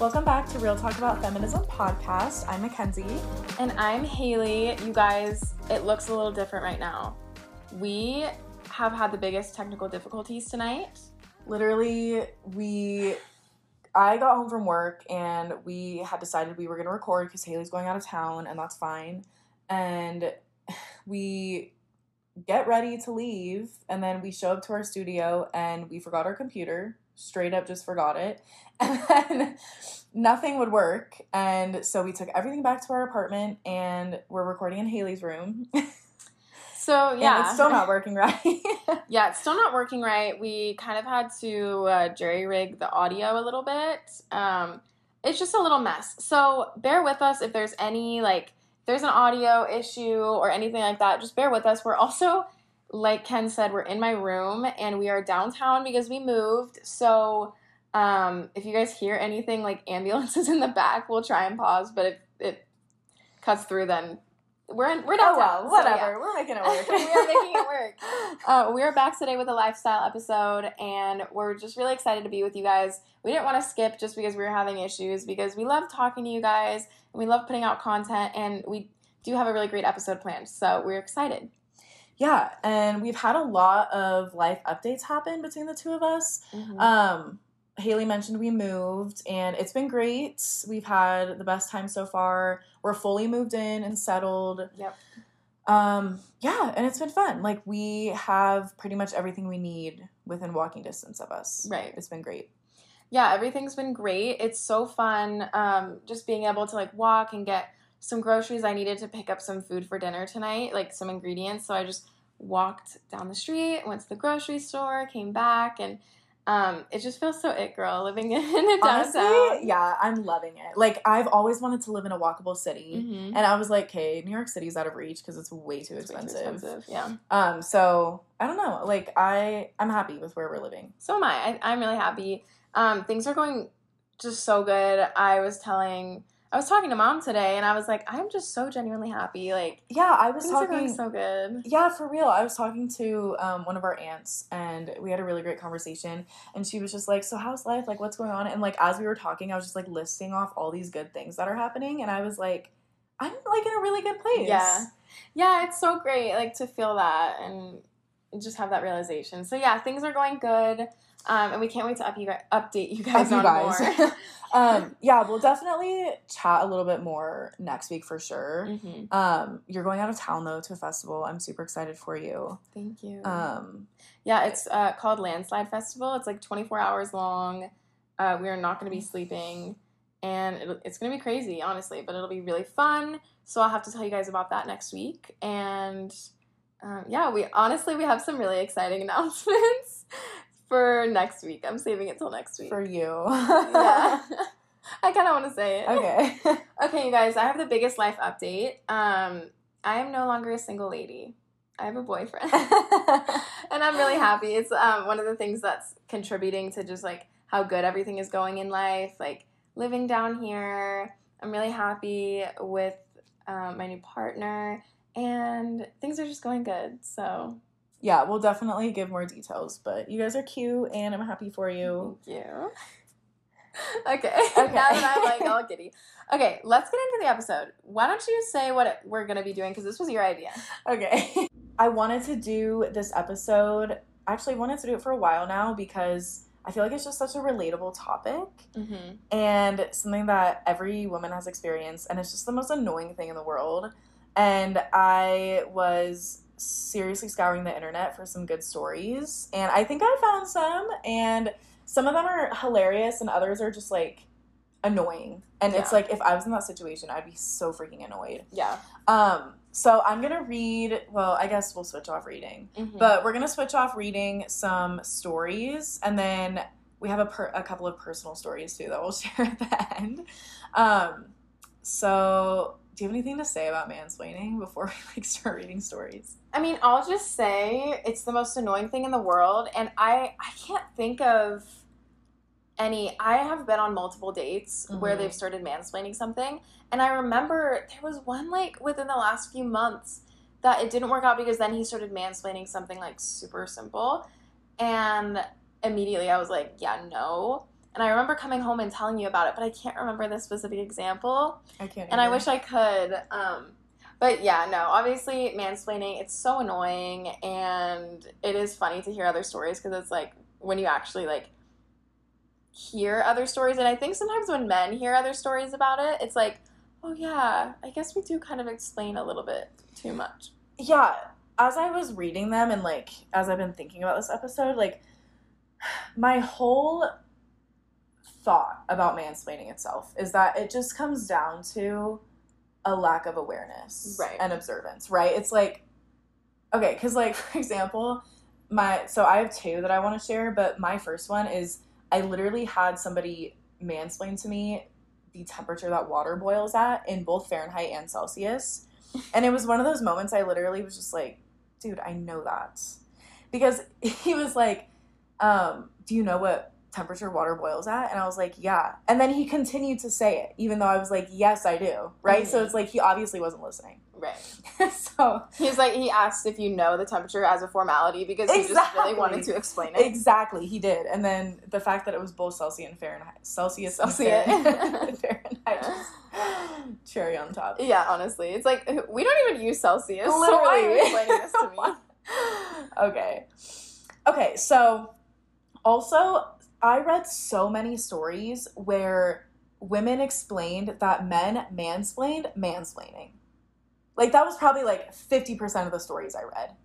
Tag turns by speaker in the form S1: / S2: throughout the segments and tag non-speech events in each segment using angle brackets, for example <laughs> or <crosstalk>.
S1: Welcome back to Real Talk About Feminism podcast. I'm Mackenzie.
S2: And I'm Haley. You guys, it looks a little different right now. We have had the biggest technical difficulties tonight.
S1: Literally, we I got home from work and we had decided we were going to record because Haley's going out of town and that's fine. And <sighs> we get ready to leave and then we show up to our studio and we forgot our computer. Straight up just forgot it. And then <laughs> nothing would work. And so we took everything back to our apartment and we're recording in Haley's room. <laughs>
S2: So, yeah.
S1: And it's still not working <laughs> right.
S2: <laughs> yeah, it's still not working right. We kind of had to uh, jerry rig the audio a little bit. Um, it's just a little mess. So bear with us if there's any like if there's an audio issue or anything like that. Just bear with us. We're also like Ken said, we're in my room and we are downtown because we moved. So um, if you guys hear anything like <laughs> ambulances in the back, we'll try and pause. But if it cuts through, then we're in, we're
S1: oh
S2: downtown.
S1: well,
S2: So, yeah.
S1: whatever. We're making it work.
S2: <laughs> we are making it work. Uh, we are back today with a lifestyle episode, and we're just really excited to be with you guys. We didn't want to skip just because we were having issues, because we love talking to you guys, and we love putting out content, and we do have a really great episode planned. So we're excited.
S1: <laughs> Yeah, and we've had a lot of life updates happen between the two of us.
S2: Mm-hmm. Uh,
S1: Um, Haley mentioned we moved, and it's been great. We've had the best time so far. We're fully moved in and settled.
S2: Yep.
S1: Um, yeah, and it's been fun. Like we have pretty much everything we need within walking distance of us.
S2: Right.
S1: It's been great.
S2: yeah everything's been great it's so fun um, just being able to like walk and get some groceries i needed to pick up some food for dinner tonight like some ingredients so i just walked down the street went to the grocery store came back and um, it just feels so it girl living <laughs> in a
S1: Honestly,
S2: downtown
S1: yeah, I'm loving it. Like I've always wanted to live in a walkable city.
S2: Mhm.
S1: And I was like, okay, New York City's out of reach because it's way too
S2: It's way too
S1: expensive.
S2: yeah
S1: Um, so I don't know. Like I, I'm happy with where we're living.
S2: So am I. I I'm really happy. Um, things are going just so good. I was telling, I was talking to mom today, and I was like, I'm just so genuinely happy. Like
S1: Yeah, I was
S2: things are
S1: talking.
S2: going so good.
S1: yeah, for real. I was talking to um, one of our aunts, and we had a really great conversation. And she was just like, "So how's life? Like, what's going on?" And like as we were talking, I was just like listing off all these good things that are happening, and I was like, "I'm like in a really good place."
S2: Yeah. Yeah, it's so great. Like to feel that and just have that realization. So yeah, things are going good. Um, and we can't wait to up you guys, update you guys
S1: Up you
S2: on
S1: guys. <laughs>
S2: <laughs> more.
S1: Um, yeah, we'll definitely chat a little bit more next week for sure.
S2: Mhm.
S1: Um, you're going out of town though to a festival. I'm super excited for you.
S2: Thank you.
S1: Um,
S2: yeah, it's uh, called Landslide Festival. It's like 24 hours long. Uh, we are not going to be sleeping, and it'll, it's going to be crazy, honestly. But it'll be really fun. So I'll have to tell you guys about that next week. And um, yeah, we honestly we have some really exciting <laughs> announcements for next week. I'm saving it till next week.
S1: for you.
S2: yeah. I kind of want to say
S1: <laughs>
S2: it.
S1: okay. <laughs>
S2: Okay, you guys, I have the biggest life update. Um, I am no longer a single lady. I have a boyfriend. <laughs> and I'm really happy. It's um, one of the things that's contributing to just like how good everything is going in life, like living down here. I'm really happy with um, my new partner, and things are just going good. So,
S1: yeah, we'll definitely give more details, but you guys are cute and I'm happy for you.
S2: Thank you. <laughs> okay. now that I'm like all giddy. Okay, let's get into the episode. Why don't you say what it- we're gonna be doing? Because this was your idea.
S1: Okay. <laughs> I wanted to do this episode, actually, wanted to do it for a while now because I feel like it's just such a relatable topic
S2: Mm-hmm.
S1: and something that every woman has experienced, and it's just the most annoying thing in the world. And I was seriously scouring the internet for some good stories, and I think I found some, and some of them are hilarious, and others are just like annoying. And it's
S2: Yeah.
S1: like if I was in that situation, I'd be so freaking annoyed.
S2: Yeah.
S1: Um, so I'm gonna read. Well, I guess we'll switch off reading,
S2: Mm-hmm.
S1: but we're gonna switch off reading some stories, and then we have a, per- a couple of personal stories too that we'll <laughs> share at the end. Um, so, do you have anything to say about mansplaining before <laughs> we like start reading stories?
S2: I mean, I'll just say it's the most annoying thing in the world, and I I can't think of any. I have been on multiple dates where
S1: Mhm.
S2: they've started mansplaining something, and I remember there was one like within the last few months that it didn't work out because then he started mansplaining something like super simple, and immediately I was like, yeah, no. And I remember coming home and telling you about it, but I can't remember the specific example.
S1: I can't.
S2: And I
S1: either.
S2: wish I could. Um, but yeah, no, obviously, mansplaining, it's so annoying. And it is funny to hear other stories because it's like when you actually like hear other stories. And I think sometimes when men hear other stories about it, it's like, oh yeah, I guess we do kind of explain a little bit too much.
S1: yeah as i was reading them and like as i've been thinking about this episode like <sighs> my whole thought about mansplaining itself is that it just comes down to a lack of awareness
S2: Right.
S1: and observance right it's like okay because like <laughs> for example my so i have two that i want to share but my first one is i literally had somebody mansplain to me the temperature that water boils at in both fahrenheit and celsius and it was one of those moments I literally was just like, dude, I know that. Because <laughs> he was like, um, do you know what temperature water boils at? And I was like, yeah. And then he continued to say it, even though I was like, yes, I do. Right? So
S2: Mhm.
S1: it's like he obviously wasn't listening. <laughs>
S2: Right.
S1: so
S2: He's like, he asked if you know the temperature as a formality because he just
S1: Exactly.
S2: really wanted to explain it.
S1: exactly, he did. And then the fact that it was both Celsius and Fahrenheit, Celsius, and
S2: Celsius.
S1: Fahrenheit, <laughs> Fahrenheit just cherry on top.
S2: Yeah, honestly, it's like we don't even use Celsius. So why are
S1: Literally.
S2: you explaining this to me?
S1: okay. Okay, so also, I read so many stories where women explained that men mansplained mansplaining. Like, that was probably like 50% of the stories I read.
S2: <laughs>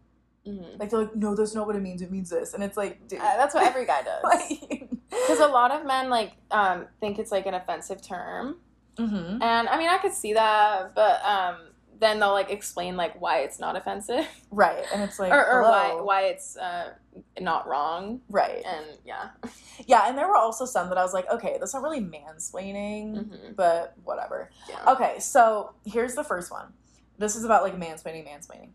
S2: Mhm.
S1: Like, they're like, no, that's not what it means. It means this. And it's like, dude.
S2: Uh, that's what every guy
S1: <laughs>
S2: does.
S1: like, <laughs>
S2: Because a lot of men like um, think it's like an offensive term,
S1: Mhm.
S2: and I mean I could see that, but um, then they'll like explain like why it's not offensive
S1: Right. And it's like,
S2: or, or why
S1: hello.
S2: why it's uh, not wrong,
S1: Right.
S2: and yeah,
S1: Yeah, and there were also some that I was like, okay, that's not really mansplaining,
S2: Mhm.
S1: but whatever.
S2: yeah.
S1: Okay, so here's the first one. This is about like mansplaining, mansplaining.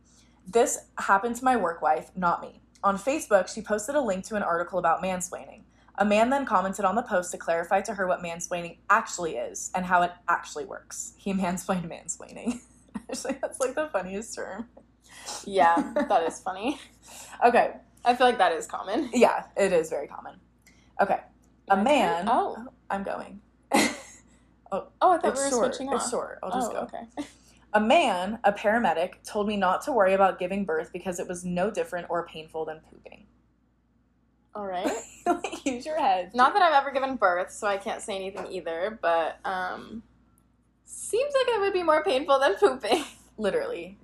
S1: This happened to my work wife, not me. On Facebook, she posted a link to an article about mansplaining. A man then commented on the post to clarify to her what mansplaining actually is and how it actually works. He <laughs> mansplained mansplaining. <laughs> Actually, that's like the funniest term. <laughs>
S2: yeah, that is funny.
S1: Okay,
S2: I feel like that is common.
S1: yeah, it is very common. Okay, a man.
S2: Oh,
S1: I'm going.
S2: oh, I thought
S1: it's
S2: we were
S1: short.
S2: switching off.
S1: It's short. I'll just
S2: oh,
S1: go.
S2: okay.
S1: A man, a paramedic, told me not to worry about giving birth because it was no different or painful than pooping.
S2: All right. <laughs>
S1: Like, Use your head.
S2: Not that I've ever given birth, so I can't say anything either, but um seems like it would be more painful than pooping.
S1: literally.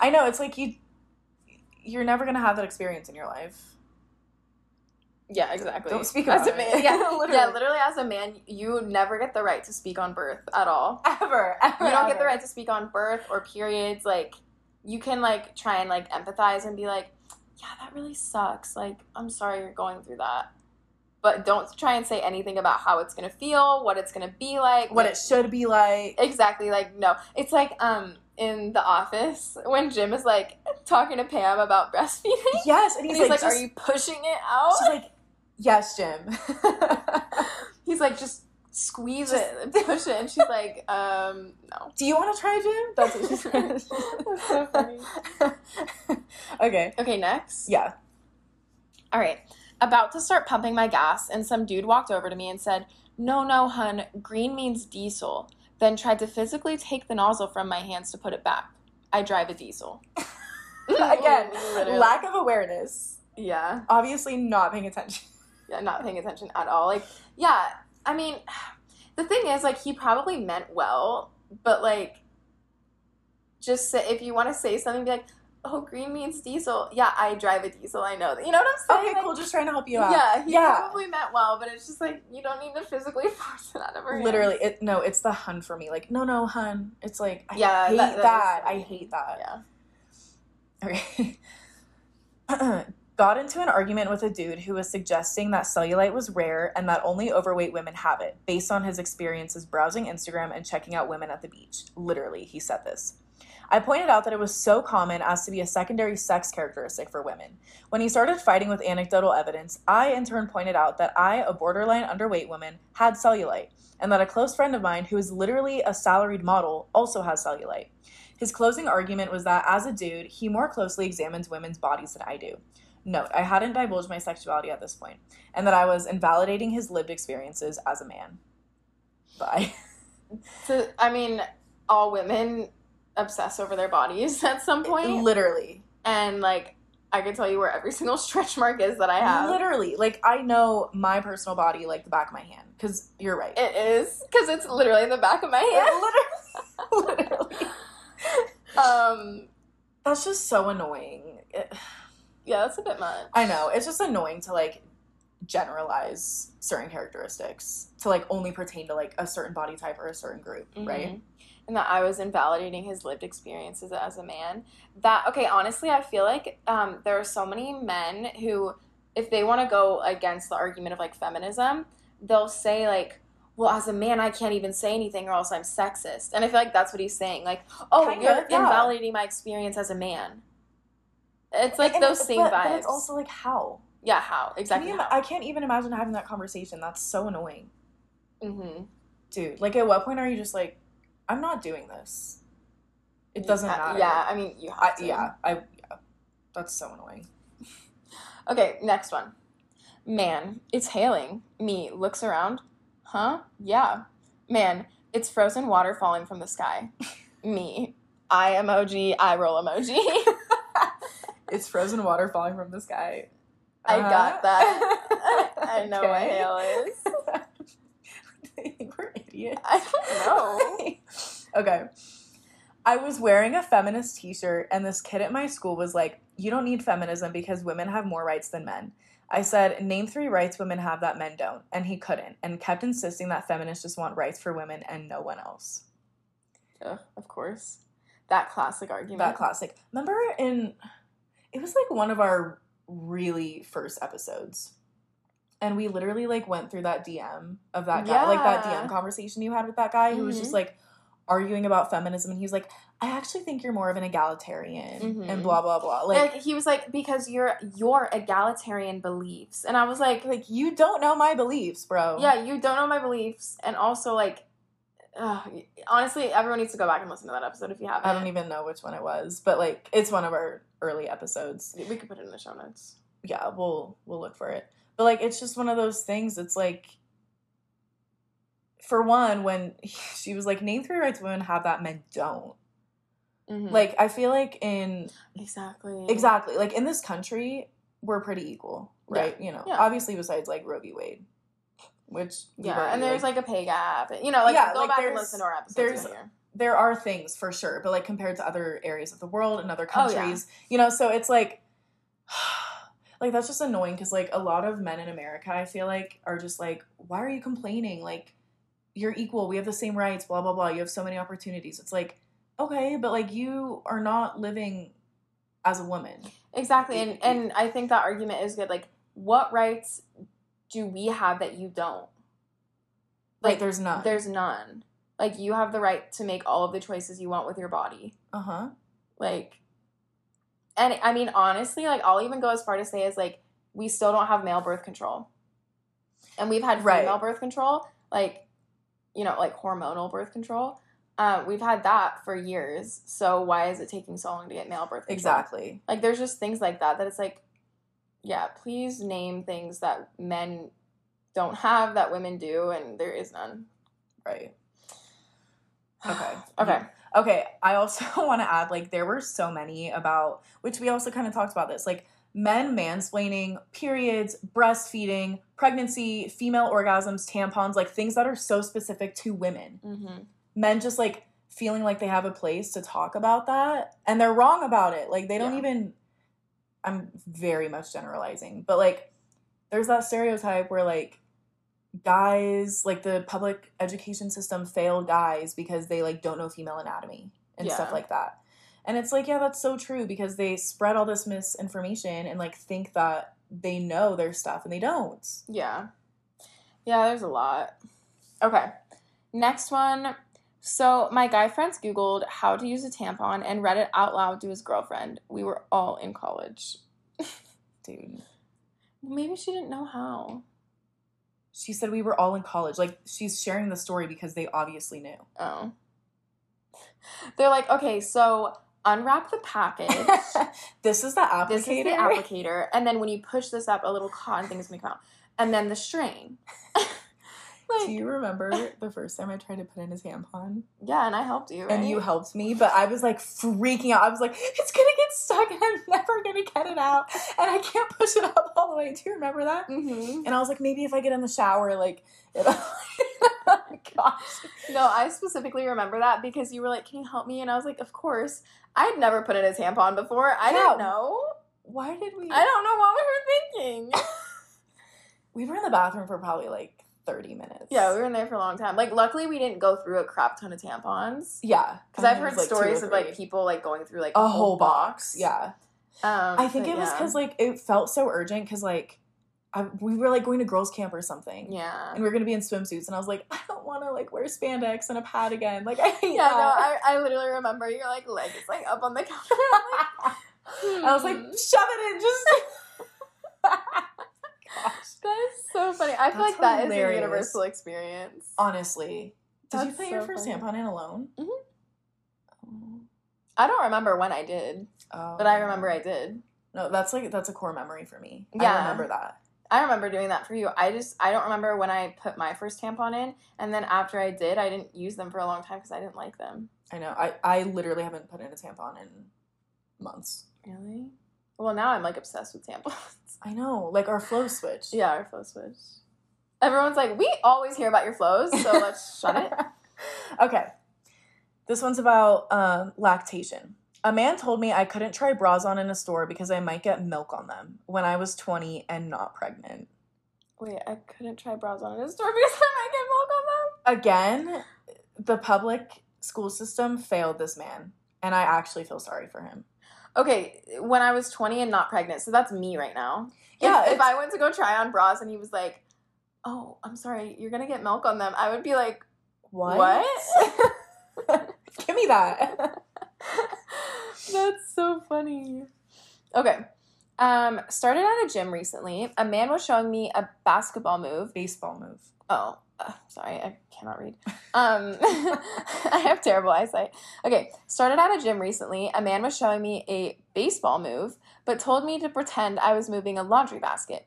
S1: I know it's like you you're never going to have that experience in your life.
S2: yeah, exactly.
S1: Don't speak
S2: as
S1: about
S2: a
S1: it.
S2: man. <laughs> Yeah,
S1: Literally.
S2: literally. yeah, literally as a man, you never get the right to speak on birth at all.
S1: Ever. ever
S2: You don't get
S1: ever.
S2: the right to speak on birth or periods like you can like try and like empathize and be like, "Yeah, that really sucks. Like, I'm sorry you're going through that." But don't try and say anything about how it's going to feel, what it's going to be like,
S1: what it should be like.
S2: Exactly. Like no, it's like um in the office when Jim is like talking to Pam about breastfeeding. <laughs>
S1: yes, and
S2: And
S1: he's,
S2: he's,
S1: like,
S2: like,
S1: just-
S2: "Are you pushing it out?"
S1: <laughs>
S2: <laughs>
S1: She's like, "Yes, Jim." <laughs>
S2: He's like, "Just squeeze
S1: Just-
S2: it, <laughs> and push it," and she's like, "Um, no."
S1: Do you want to try, Jim? That's what she said.
S2: <laughs> That's so funny.
S1: okay.
S2: Okay, next.
S1: Yeah.
S2: <laughs> All right. About to start pumping my gas, and some dude walked over to me and said, No, no, hun, green means diesel. Then tried to physically take the nozzle from my hands to put it back. I drive a <laughs> diesel.
S1: <laughs> Again,
S2: <laughs> Literally.
S1: lack of awareness.
S2: Yeah.
S1: Obviously not paying attention. <laughs>
S2: yeah, not paying attention at all. Like, yeah, I mean, <sighs> the thing is, like, he probably meant well, but like, just say, if you want to say something, be like, "Oh, green means diesel." Yeah, I drive a diesel. I know that. You know what I'm saying?
S1: Okay,
S2: Like,
S1: cool. Just trying to help you out.
S2: Yeah, he
S1: Yeah.
S2: probably meant well, but it's just like you don't need to physically <laughs> force it out of her.
S1: Literally,
S2: hands.
S1: it no, it's the hun for me. Like, no, no, hun. It's like I
S2: Yeah,
S1: hate
S2: that-
S1: that.
S2: that is
S1: I
S2: funny.
S1: hate that.
S2: Yeah.
S1: Okay. <laughs> Got into an argument with a dude who was suggesting that cellulite was rare and that only overweight women have it, based on his experiences browsing Instagram and checking out women at the beach. Literally, he said this. I pointed out that it was so common as to be a secondary sex characteristic for women. When he started fighting with anecdotal evidence, I in turn pointed out that I, a borderline underweight woman, had cellulite, and that a close friend of mine who is literally a salaried model also has cellulite. His closing argument was that as a dude, he more closely examines women's bodies than I do. Note, I hadn't divulged my sexuality at this point, and that I was invalidating his lived experiences as a man. Bye.
S2: So, I mean, all women obsess over their bodies <laughs> at some point,
S1: Literally.
S2: and like I could tell you where every <laughs> single stretch mark is that I have.
S1: Literally. Like, I know my personal body like the back of my hand, because you're right.
S2: It is because it's literally in the back of my hand. <laughs>
S1: Literally. Literally.
S2: Um,
S1: That's just so annoying. It-
S2: yeah, that's a bit much.
S1: I know. It's just annoying to like generalize certain characteristics to like only pertain to like a certain body type or a certain group, right?
S2: Mhm. And that I was invalidating his lived experiences as a man. That okay, honestly, I feel like um, there are so many men who, if they want to go against the argument of like feminism, they'll say like, "Well, as a man, I can't even say anything, or else I'm sexist." And I feel like that's what he's saying. Like, "Oh,
S1: Kinda,
S2: you're
S1: yeah.
S2: invalidating my experience as a man." It's like
S1: And
S2: those
S1: it-
S2: same
S1: but,
S2: vibes.
S1: But it's also like how?
S2: yeah, how
S1: Can
S2: exactly?
S1: you-
S2: How?
S1: I can't even imagine having that conversation. That's so annoying.
S2: mm-hmm.
S1: Dude, like at what point are you just like, I'm not doing this? It doesn't
S2: Uh,
S1: matter.
S2: Yeah, I mean, you
S1: I,
S2: have to.
S1: yeah, I, yeah. That's so annoying.
S2: Okay, next one. Man, it's hailing. Me looks around. Huh? Yeah. Man, it's frozen water falling from the sky. <laughs> Me. Eye emoji, eye roll emoji. <laughs>
S1: It's frozen water falling from the sky.
S2: I got
S1: Uh-huh.
S2: that. <laughs> I know what
S1: Okay.
S2: hail is.
S1: I think <laughs> we're idiots.
S2: <laughs> I don't know.
S1: <laughs> okay. I was wearing a feminist t shirt, and this kid at my school was like, You don't need feminism because women have more rights than men. I said, Name three rights women have that men don't. And he couldn't, and kept insisting that feminists just want rights for women and no one else.
S2: <laughs> Ugh, of course. That classic argument.
S1: That classic. Remember in, it was like one of our really first episodes. And we literally like went through that DM of that guy, like that
S2: Yeah.
S1: DM conversation you had with that guy who was just
S2: Mhm.
S1: like arguing about feminism. And he was like, I actually think you're more of an egalitarian and
S2: Mhm.
S1: blah, blah, blah.
S2: Like,
S1: Like,
S2: he was like, because you're your egalitarian beliefs. And I was like,
S1: like you don't know my beliefs, bro.
S2: Yeah, you don't know my beliefs, and also like, ugh, honestly, everyone needs to go back and listen to that episode if you haven't.
S1: I don't even know which one it was, but like it's one of our early episodes.
S2: even. We could put it in the show notes.
S1: yeah, we'll we'll look for it. But like it's just one of those things. It's like for one, when <laughs> she was like, name three rights women have that men don't.
S2: Hmm.
S1: Like I feel like in
S2: Mm-hmm. exactly,
S1: exactly like in this country, we're pretty equal,
S2: Yeah.
S1: right? You know,
S2: Yeah.
S1: obviously besides like Roe v. Wade, which we've
S2: Yeah,
S1: already,
S2: and there's like, a pay gap. You know, like
S1: Yeah,
S2: go
S1: like,
S2: back and
S1: there's-
S2: listen to our episodes.
S1: there's-
S2: in here.
S1: there are things for sure, but like compared to other areas of the world and other
S2: Oh, yeah.
S1: countries, you know, so it's like, <sighs> like that's just annoying because like a lot of men in America, I feel like, are just like, why are you complaining? Like, you're equal. We have the same rights. Blah blah blah. You have so many opportunities. It's like, okay, but like you are not living as a woman.
S2: exactly, and and I think that argument is good. Like, what rights do we have that you don't?
S1: Like, there's none.
S2: There's none. Like you have the right to make all of the choices you want with your body.
S1: uh huh.
S2: like and i mean honestly like i'll even go as far to say is like we still don't have male birth control and we've had
S1: Right.
S2: female birth control like you know like hormonal birth control uh, we've had that for years so why is it taking so long to get male birth control
S1: Exactly.
S2: like there's just things like that that it's like yeah please name things that men don't have that women do and there is none
S1: Right. <sighs> Okay.
S2: <sighs> okay
S1: Okay, I also <laughs> want to add like there were so many about which we also kind of talked about this like men mansplaining, periods, breastfeeding, pregnancy, female orgasms, tampons, like things that are so specific to women.
S2: mm-hmm.
S1: Men just like feeling like they have a place to talk about that and they're wrong about it. Like they don't
S2: Yeah.
S1: even I'm very much generalizing, but like there's that stereotype where like guys like the public education system failed guys because they like don't know female anatomy and stuff
S2: Yeah.
S1: like that and it's like yeah that's so true because they spread all this misinformation and like think that they know their stuff and they don't
S2: Yeah. Yeah, there's a lot. Okay. Next one. So, my guy friends Googled how to use a tampon and read it out loud to his girlfriend. We were all in college.
S1: dude
S2: Maybe she didn't know how.
S1: she said we were all in college like she's sharing the story because they obviously knew
S2: Oh. They're like, Oh. okay, so unwrap the
S1: <laughs>
S2: package.
S1: this is the applicator.
S2: <laughs> this is the <laughs> applicator, and then when you push this up, a little cotton thing is gonna come out, and then
S1: <laughs>
S2: the string. <laughs> like,
S1: Do you remember the first time I tried to put in a tampon?
S2: yeah, and I helped you.
S1: And
S2: right?
S1: you helped me, but I was like freaking out. I was like, it's gonna get stuck and I'm never gonna get it out. And I can't push it up all the way. Do you remember that?
S2: Mhm.
S1: And I was like, maybe if I get in the shower, like, <laughs> it'll. Gosh.
S2: No, I specifically remember that because you were like, "Can you help me?" And I was like, "Of course." I'd never put in a tampon before. I
S1: No.
S2: don't know.
S1: Why did we?
S2: I don't know what we were thinking.
S1: We were in the bathroom for probably like 30 minutes.
S2: yeah, we were in there for a long time. Like, luckily, we didn't go through a crap ton of tampons
S1: Yeah.
S2: because
S1: I
S2: I've
S1: think it was,
S2: heard
S1: like, two or
S2: stories of like
S1: three.
S2: people like going through like
S1: a whole box. Yeah.
S2: Um,
S1: I think
S2: but
S1: it was
S2: yeah.
S1: because like it felt so urgent because like I, we were like going to girls camp or something.
S2: yeah.
S1: <laughs> And we were gonna be in swimsuits, and I was like, I don't want to like wear spandex and a pad again. Like I hate
S2: Yeah, no,
S1: that.
S2: I, I literally remember your like leg is like up on the <laughs> counter. I'm like,
S1: <laughs> I was like, shove it
S2: "Hmm,
S1: in, just.
S2: <laughs>
S1: Gosh.
S2: that is so funny. I feel
S1: That's
S2: like that is
S1: hilarious.
S2: a universal experience.
S1: Honestly, did you
S2: That's
S1: put your
S2: so
S1: first
S2: funny.
S1: tampon in alone?
S2: Mhm.
S1: Mm-hmm.
S2: I don't remember when I did,
S1: Oh,
S2: but I remember I did.
S1: No, that's like that's a core memory for me. I
S2: Yeah.
S1: remember that.
S2: I remember doing that for you. I just I don't remember when I put my first tampon in, and then after I did, I didn't use them for a long time because I didn't like them.
S1: I know. I I literally haven't put in a tampon in months.
S2: Really? Well, now I'm like obsessed with tampons. <laughs>
S1: I know, like our flow switch.
S2: yeah, our flow switch. Everyone's like, we always hear about your flows, <laughs> so let's shut it.
S1: okay. This one's about um, lactation. A man told me I couldn't try bras on in a store because I might get milk on them when I was 20 and not pregnant.
S2: Wait, I couldn't try bras on in a store <laughs> because I
S1: Again, the public school system failed this man, and I actually feel sorry for him.
S2: might get milk on them. Okay, when I was 20 and not pregnant, so that's me right now. If-
S1: Yeah,
S2: If,
S1: it's-
S2: I went to go try on bras and he was like, oh, I'm sorry, you're gonna get milk on them, I would be like,
S1: What?
S2: What?
S1: <laughs> Give me that. <laughs>
S2: <laughs> That's so funny. Okay. Um, started at a gym recently. A man was showing me a basketball move.
S1: Baseball move.
S2: Oh, uh, sorry, I cannot read. Um, <laughs> I have terrible eyesight. Okay, started at a gym recently. A man was showing me a baseball move, but told me to pretend I was moving a laundry basket.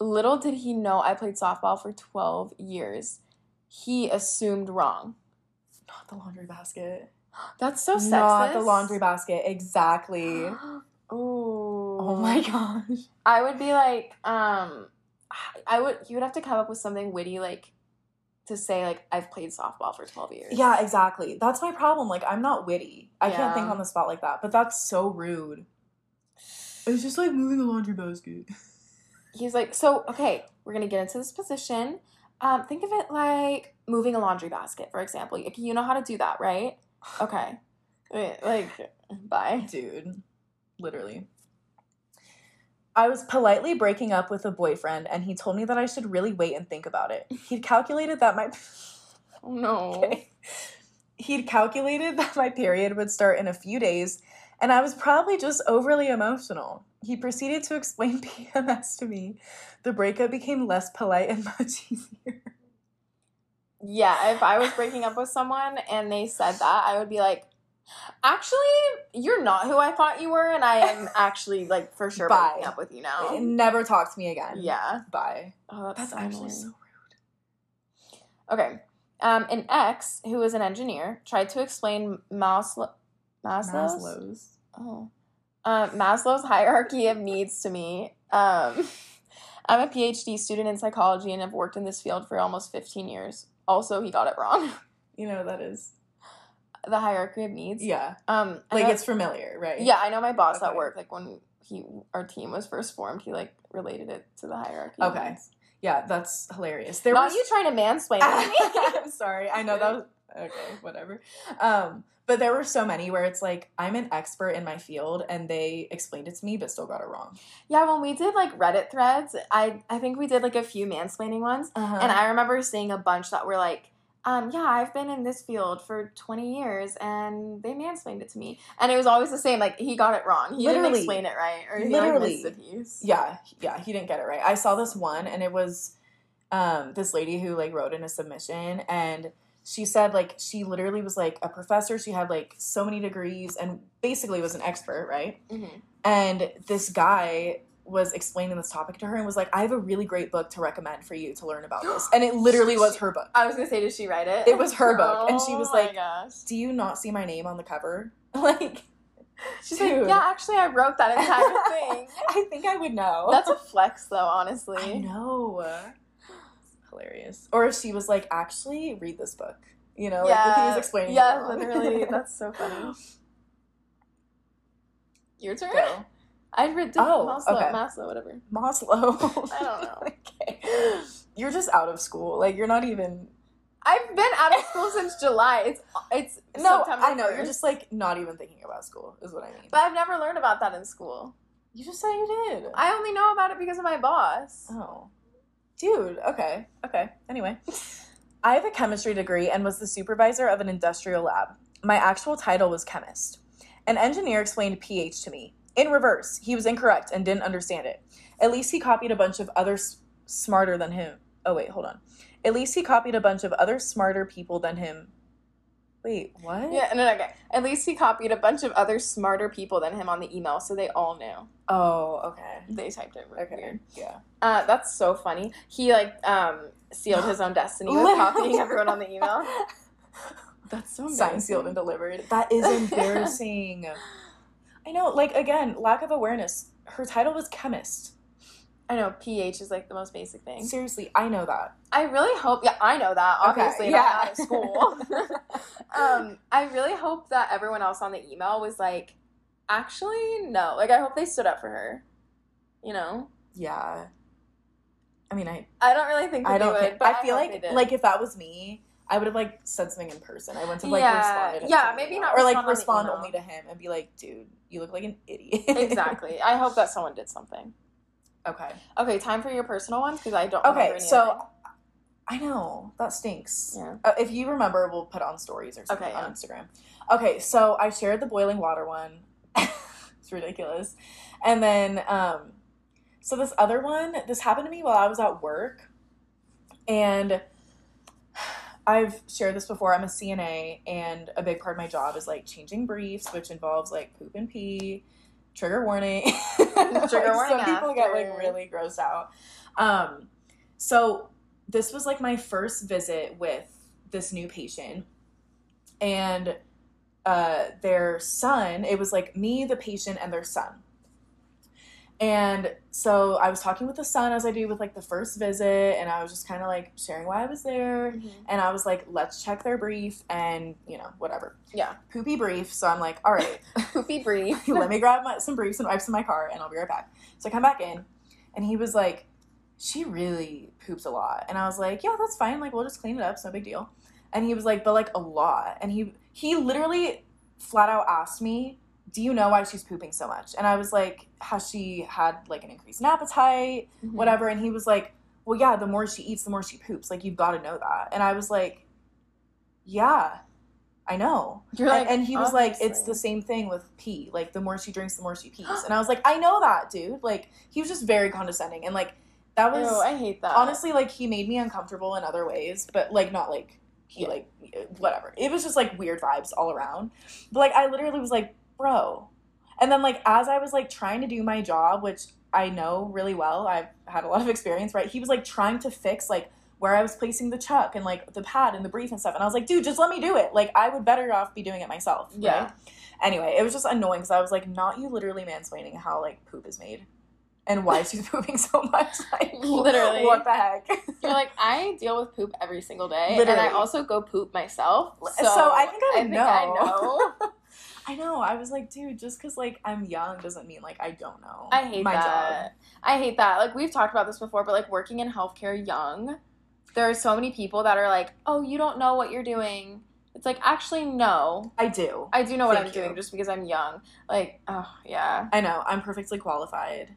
S2: Little did he know I played softball for 12 years. He assumed wrong.
S1: Not the laundry basket.
S2: That's so sexist.
S1: Not the laundry basket.
S2: <gasps>
S1: Exactly.
S2: Ooh.
S1: oh my gosh.
S2: I would be like, um, I would. You would have to come up with something witty, like, to say like I've played softball for twelve years.
S1: Yeah, exactly. That's my problem. Like, I'm not witty. I can't
S2: Yeah.
S1: think on the spot like that. But that's so rude. It's just like moving a laundry basket.
S2: He's like, so okay, we're gonna get into this position. Um, think of it like moving a laundry basket, for example. Like, you know how to do
S1: <sighs>
S2: that, right? Okay. Wait, like, bye.
S1: Dude, literally. I was politely breaking up with a boyfriend, and he told me that I should really wait and think about it. He'd calculated that my. <laughs>
S2: Oh, no.
S1: <laughs> Okay. <laughs> He'd calculated that my period would start in a few days, and I was probably just overly emotional. He proceeded to explain <laughs> PMS to me. The breakup became less polite and <laughs> much easier.
S2: Yeah, if I was breaking up with someone and they said that, I would be like, actually, you're not who I thought you were, and
S1: <laughs>
S2: I am actually like for sure
S1: Bye.
S2: breaking up with you now.
S1: Never talk to me again.
S2: Oh. Yeah.
S1: Bye.
S2: Oh,
S1: That's actually so
S2: Okay. Um, an ex who was an engineer tried to explain Maslow, Maslow's,
S1: Maslow's.
S2: Oh. Um, Maslow's hierarchy of needs to me. Um, <laughs> I'm a PhD student in psychology and have worked in this field for almost 15 years. Also, he got it wrong. <laughs>
S1: You know what that is.
S2: the hierarchy of needs.
S1: Yeah.
S2: Um, I
S1: Like
S2: know-
S1: it's familiar, right?
S2: Yeah, I know my boss at
S1: Okay.
S2: work. Like when he our team was first formed, he like related it to the hierarchy. of
S1: Okay.
S2: needs.
S1: Yeah, that's hilarious. There
S2: Not
S1: was
S2: you trying to mansplain it to me.
S1: I'm sorry. <laughs> I know that was okay, whatever. Um, but there were so many where it's like I'm an expert in my field and they explained it to me but still got it wrong.
S2: <laughs> Yeah, when we did like Reddit threads, I I think we did like a few mansplaining ones,
S1: Uh-huh.
S2: and I remember seeing a bunch that were like, um, yeah, I've been in this field for twenty years, and they mansplained it to me, and it was always the same. Like he got it wrong, he
S1: Literally.
S2: didn't explain it right, or he
S1: Literally.
S2: like, missed a piece.
S1: yeah, yeah, he didn't get it right. I saw this one and it was um this lady who like wrote in a submission and she said like she literally was like a professor. She had like so many degrees and basically was an expert, right?
S2: Mhm.
S1: And this guy was explaining this topic to her and was like, I have a really great book to recommend for you to learn about this. And it literally was her book.
S2: I was gonna say, did she write it?
S1: It was her book, and she was
S2: Oh my
S1: like,
S2: gosh.
S1: Do you not see my name on the cover? <laughs> Like,
S2: she's
S1: dude.
S2: like, yeah, actually, I wrote that entire
S1: <laughs>
S2: thing.
S1: I think I would know.
S2: That's a flex, though, honestly.
S1: Oh. I know. Hilarious. Or if she was like, actually, read this book. You know, like if he was explaining. it
S2: Yeah,
S1: wrong. <laughs>
S2: literally. That's so funny. Your turn?
S1: Go.
S2: I read did
S1: Oh,
S2: Maslow,
S1: okay.
S2: Maslow, whatever.
S1: Maslow. <laughs>
S2: I don't know.
S1: okay. You're just out of school. Like you're not even.
S2: I've been out of school since July. It's it's
S1: <laughs> No,
S2: September
S1: I know. You're
S2: 1st.
S1: just like not even thinking about school. Is what I mean.
S2: But I've never learned about that in school.
S1: you just said you did.
S2: I only know about it because of my boss.
S1: oh, dude. Okay. Okay. Anyway, I have a chemistry degree and was the supervisor of an industrial lab. My actual title was chemist. An engineer explained pH to me in reverse. He was incorrect and didn't understand it. At least he copied a bunch of other s- smarter than him. Oh wait, hold on. At least he copied a bunch of other smarter people than him. Wait, what?
S2: Yeah, no, no, okay. At least he copied a bunch of other smarter people than him on the email, so they all knew.
S1: Oh, okay.
S2: They typed it
S1: Okay.
S2: weird.
S1: Yeah.
S2: Uh, that's so funny. He like um, sealed his own destiny with copying
S1: Literally.
S2: everyone on the
S1: <laughs>
S2: email. That's so
S1: Signed, sealed, and delivered. That
S2: <laughs>
S1: is embarrassing. I know, like, again, lack of awareness. Her title was chemist.
S2: I know pH is like the most basic thing.
S1: Seriously, I know that.
S2: I really hope. Yeah, I know that.
S1: Okay,
S2: Obviously,
S1: yeah.
S2: not
S1: <laughs>
S2: at <laughs> school. um, I really hope that everyone else on the email was like, actually, no. Like, I hope they stood up for her. You know,
S1: Yeah. I mean, I,
S2: I don't really think that
S1: I don't
S2: they would.
S1: think,
S2: but
S1: I feel
S2: hope they
S1: like,
S2: did.
S1: like, <laughs> if that was me, I would have, like, said something in person. I wouldn't have, like,
S2: Yeah.
S1: responded. in
S2: Yeah,
S1: some
S2: maybe
S1: email.
S2: not
S1: Or, like,
S2: respond on the
S1: respond
S2: email.
S1: only to him and be like, dude, you look like an idiot.
S2: exactly. I hope that someone did something.
S1: <laughs> okay.
S2: Okay, time for your personal ones because I don't. remember
S1: Okay,
S2: any of
S1: so
S2: mine.
S1: I know that stinks.
S2: Yeah.
S1: Uh, if you remember, we'll put on stories or something
S2: Okay,
S1: on
S2: yeah.
S1: Instagram. Okay, so I shared the boiling water one. <laughs> it's ridiculous. And then, um, so this other one, this happened to me while I was at work, and I've shared this before. I'm a CNA, and a big part of my job is like changing briefs, which involves like poop and pee. Trigger warning. <laughs> Trigger
S2: warning
S1: Some people get like
S2: after.
S1: really grossed out. Um, so this was like my first visit with this new patient, and uh, their son. It was like me, the patient, and their son. And so I was talking with the son as I do with like the first visit, and I was just kind of like sharing why I was there. <laughs> And I was like, let's check their brief and, you know, whatever.
S2: Yeah.
S1: Poopy brief. So I'm like, all right,
S2: Poopy brief.
S1: let me grab my, some briefs and wipes in my car and I'll be right back. So I come back in and he was like, she really poops a lot. And I was like, yeah, that's fine. Like, we'll just clean it up. It's no big deal. And he was like, but like a lot. And he, he literally flat out asked me, do you know why she's pooping so much? And I was like, has she had like an increase in appetite?
S2: Mm-hmm.
S1: whatever. And he was like, Well, yeah, the more she eats, the more she poops. Like, you've got to know that. And I was like, Yeah, I know.
S2: You're like,
S1: and, and he was like, It's
S2: obviously.
S1: the same thing with pee. Like, the more she drinks, the more she
S2: <gasps>
S1: pees. And I was like, I know that, dude. Like, he was just very condescending. And like, that was
S2: Ew, I hate that.
S1: honestly like he made me uncomfortable in other ways, but like, not like he,
S2: Yeah.
S1: like, whatever. It was just like weird vibes all around. But like, I literally was like, Bro. And then, like, as I was like trying to do my job, which I know really well, I've had a lot of <laughs> experience, right? He was like trying to fix like where I was placing the chuck and like the pad and the brief and stuff. And I was like, dude, just let me do it. Like, I would better off be doing it myself. right?
S2: Yeah.
S1: Anyway, it was just annoying because I was like, not you literally mansplaining how like poop is made and why she's <laughs> pooping so much. Like,
S2: Literally.
S1: What the heck? <laughs>
S2: You're like, I deal with poop every single day, and
S1: Literally.
S2: I also go poop myself. So,
S1: So I think I would
S2: think I
S1: know. <laughs>
S2: know.
S1: I know. I was like, dude, just because like I'm young doesn't mean like I don't know.
S2: I hate that. I hate that. Like we've talked about this before, but like working in healthcare young, there are so many people that are like, "Oh, you don't know what you're doing." It's like, actually, no,
S1: I do.
S2: I do know what
S1: Thank
S2: I'm
S1: you.
S2: doing just because I'm young. Like, oh yeah,
S1: I know. I'm perfectly
S2: <sighs>
S1: qualified.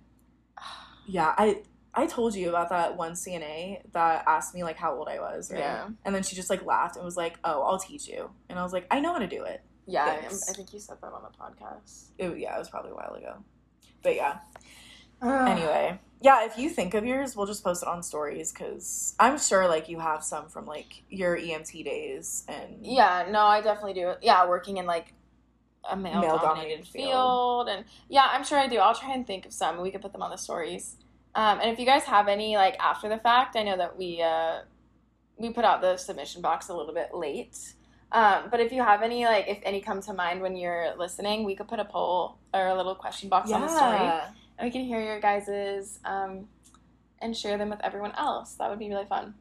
S1: Yeah, I I told you about that one CNA that asked me like how old I was, right?
S2: Yeah.
S1: And then she just like laughed and was like, "Oh, I'll teach you." And I was like, "I know how to do it."
S2: yeah. I,
S1: Thanks.
S2: I think you said that on the podcast.
S1: It- yeah, it was probably a while ago, but yeah.
S2: Oh.
S1: Anyway, yeah, if you think of yours, we'll just post it on stories because I'm sure like you have some from like your EMT days and
S2: Yeah, no, I definitely do. Yeah, working in like a male, dominated
S1: Male-dominated
S2: field.
S1: field.
S2: and yeah, I'm sure I do. I'll try and think of some. We can put them on the stories. Um, and if you guys have any like after the fact, I know that we uh, we put out the submission box a little bit late. Um, but if you have any like if any come to mind when you're listening, we could put a poll or a little question box on the story,
S1: yeah,
S2: and we can hear your guys's um, and share them with everyone else. That would be really fun.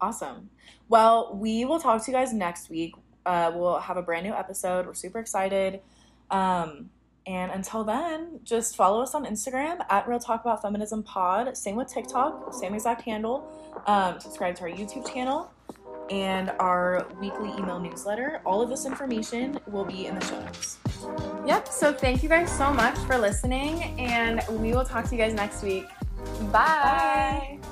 S1: awesome. Well, we will talk to you guys next week. Uh, we'll have a brand new episode. We're super excited. Um, and until then, just follow us on Instagram at Real Talk About Feminism Pod. Same with TikTok, same exact handle. Um, subscribe to our YouTube channel and our weekly email newsletter. All of this information will be in the show notes.
S2: Yep. So thank you guys so much for listening, and we will talk to you guys next week. Bye.
S1: Bye.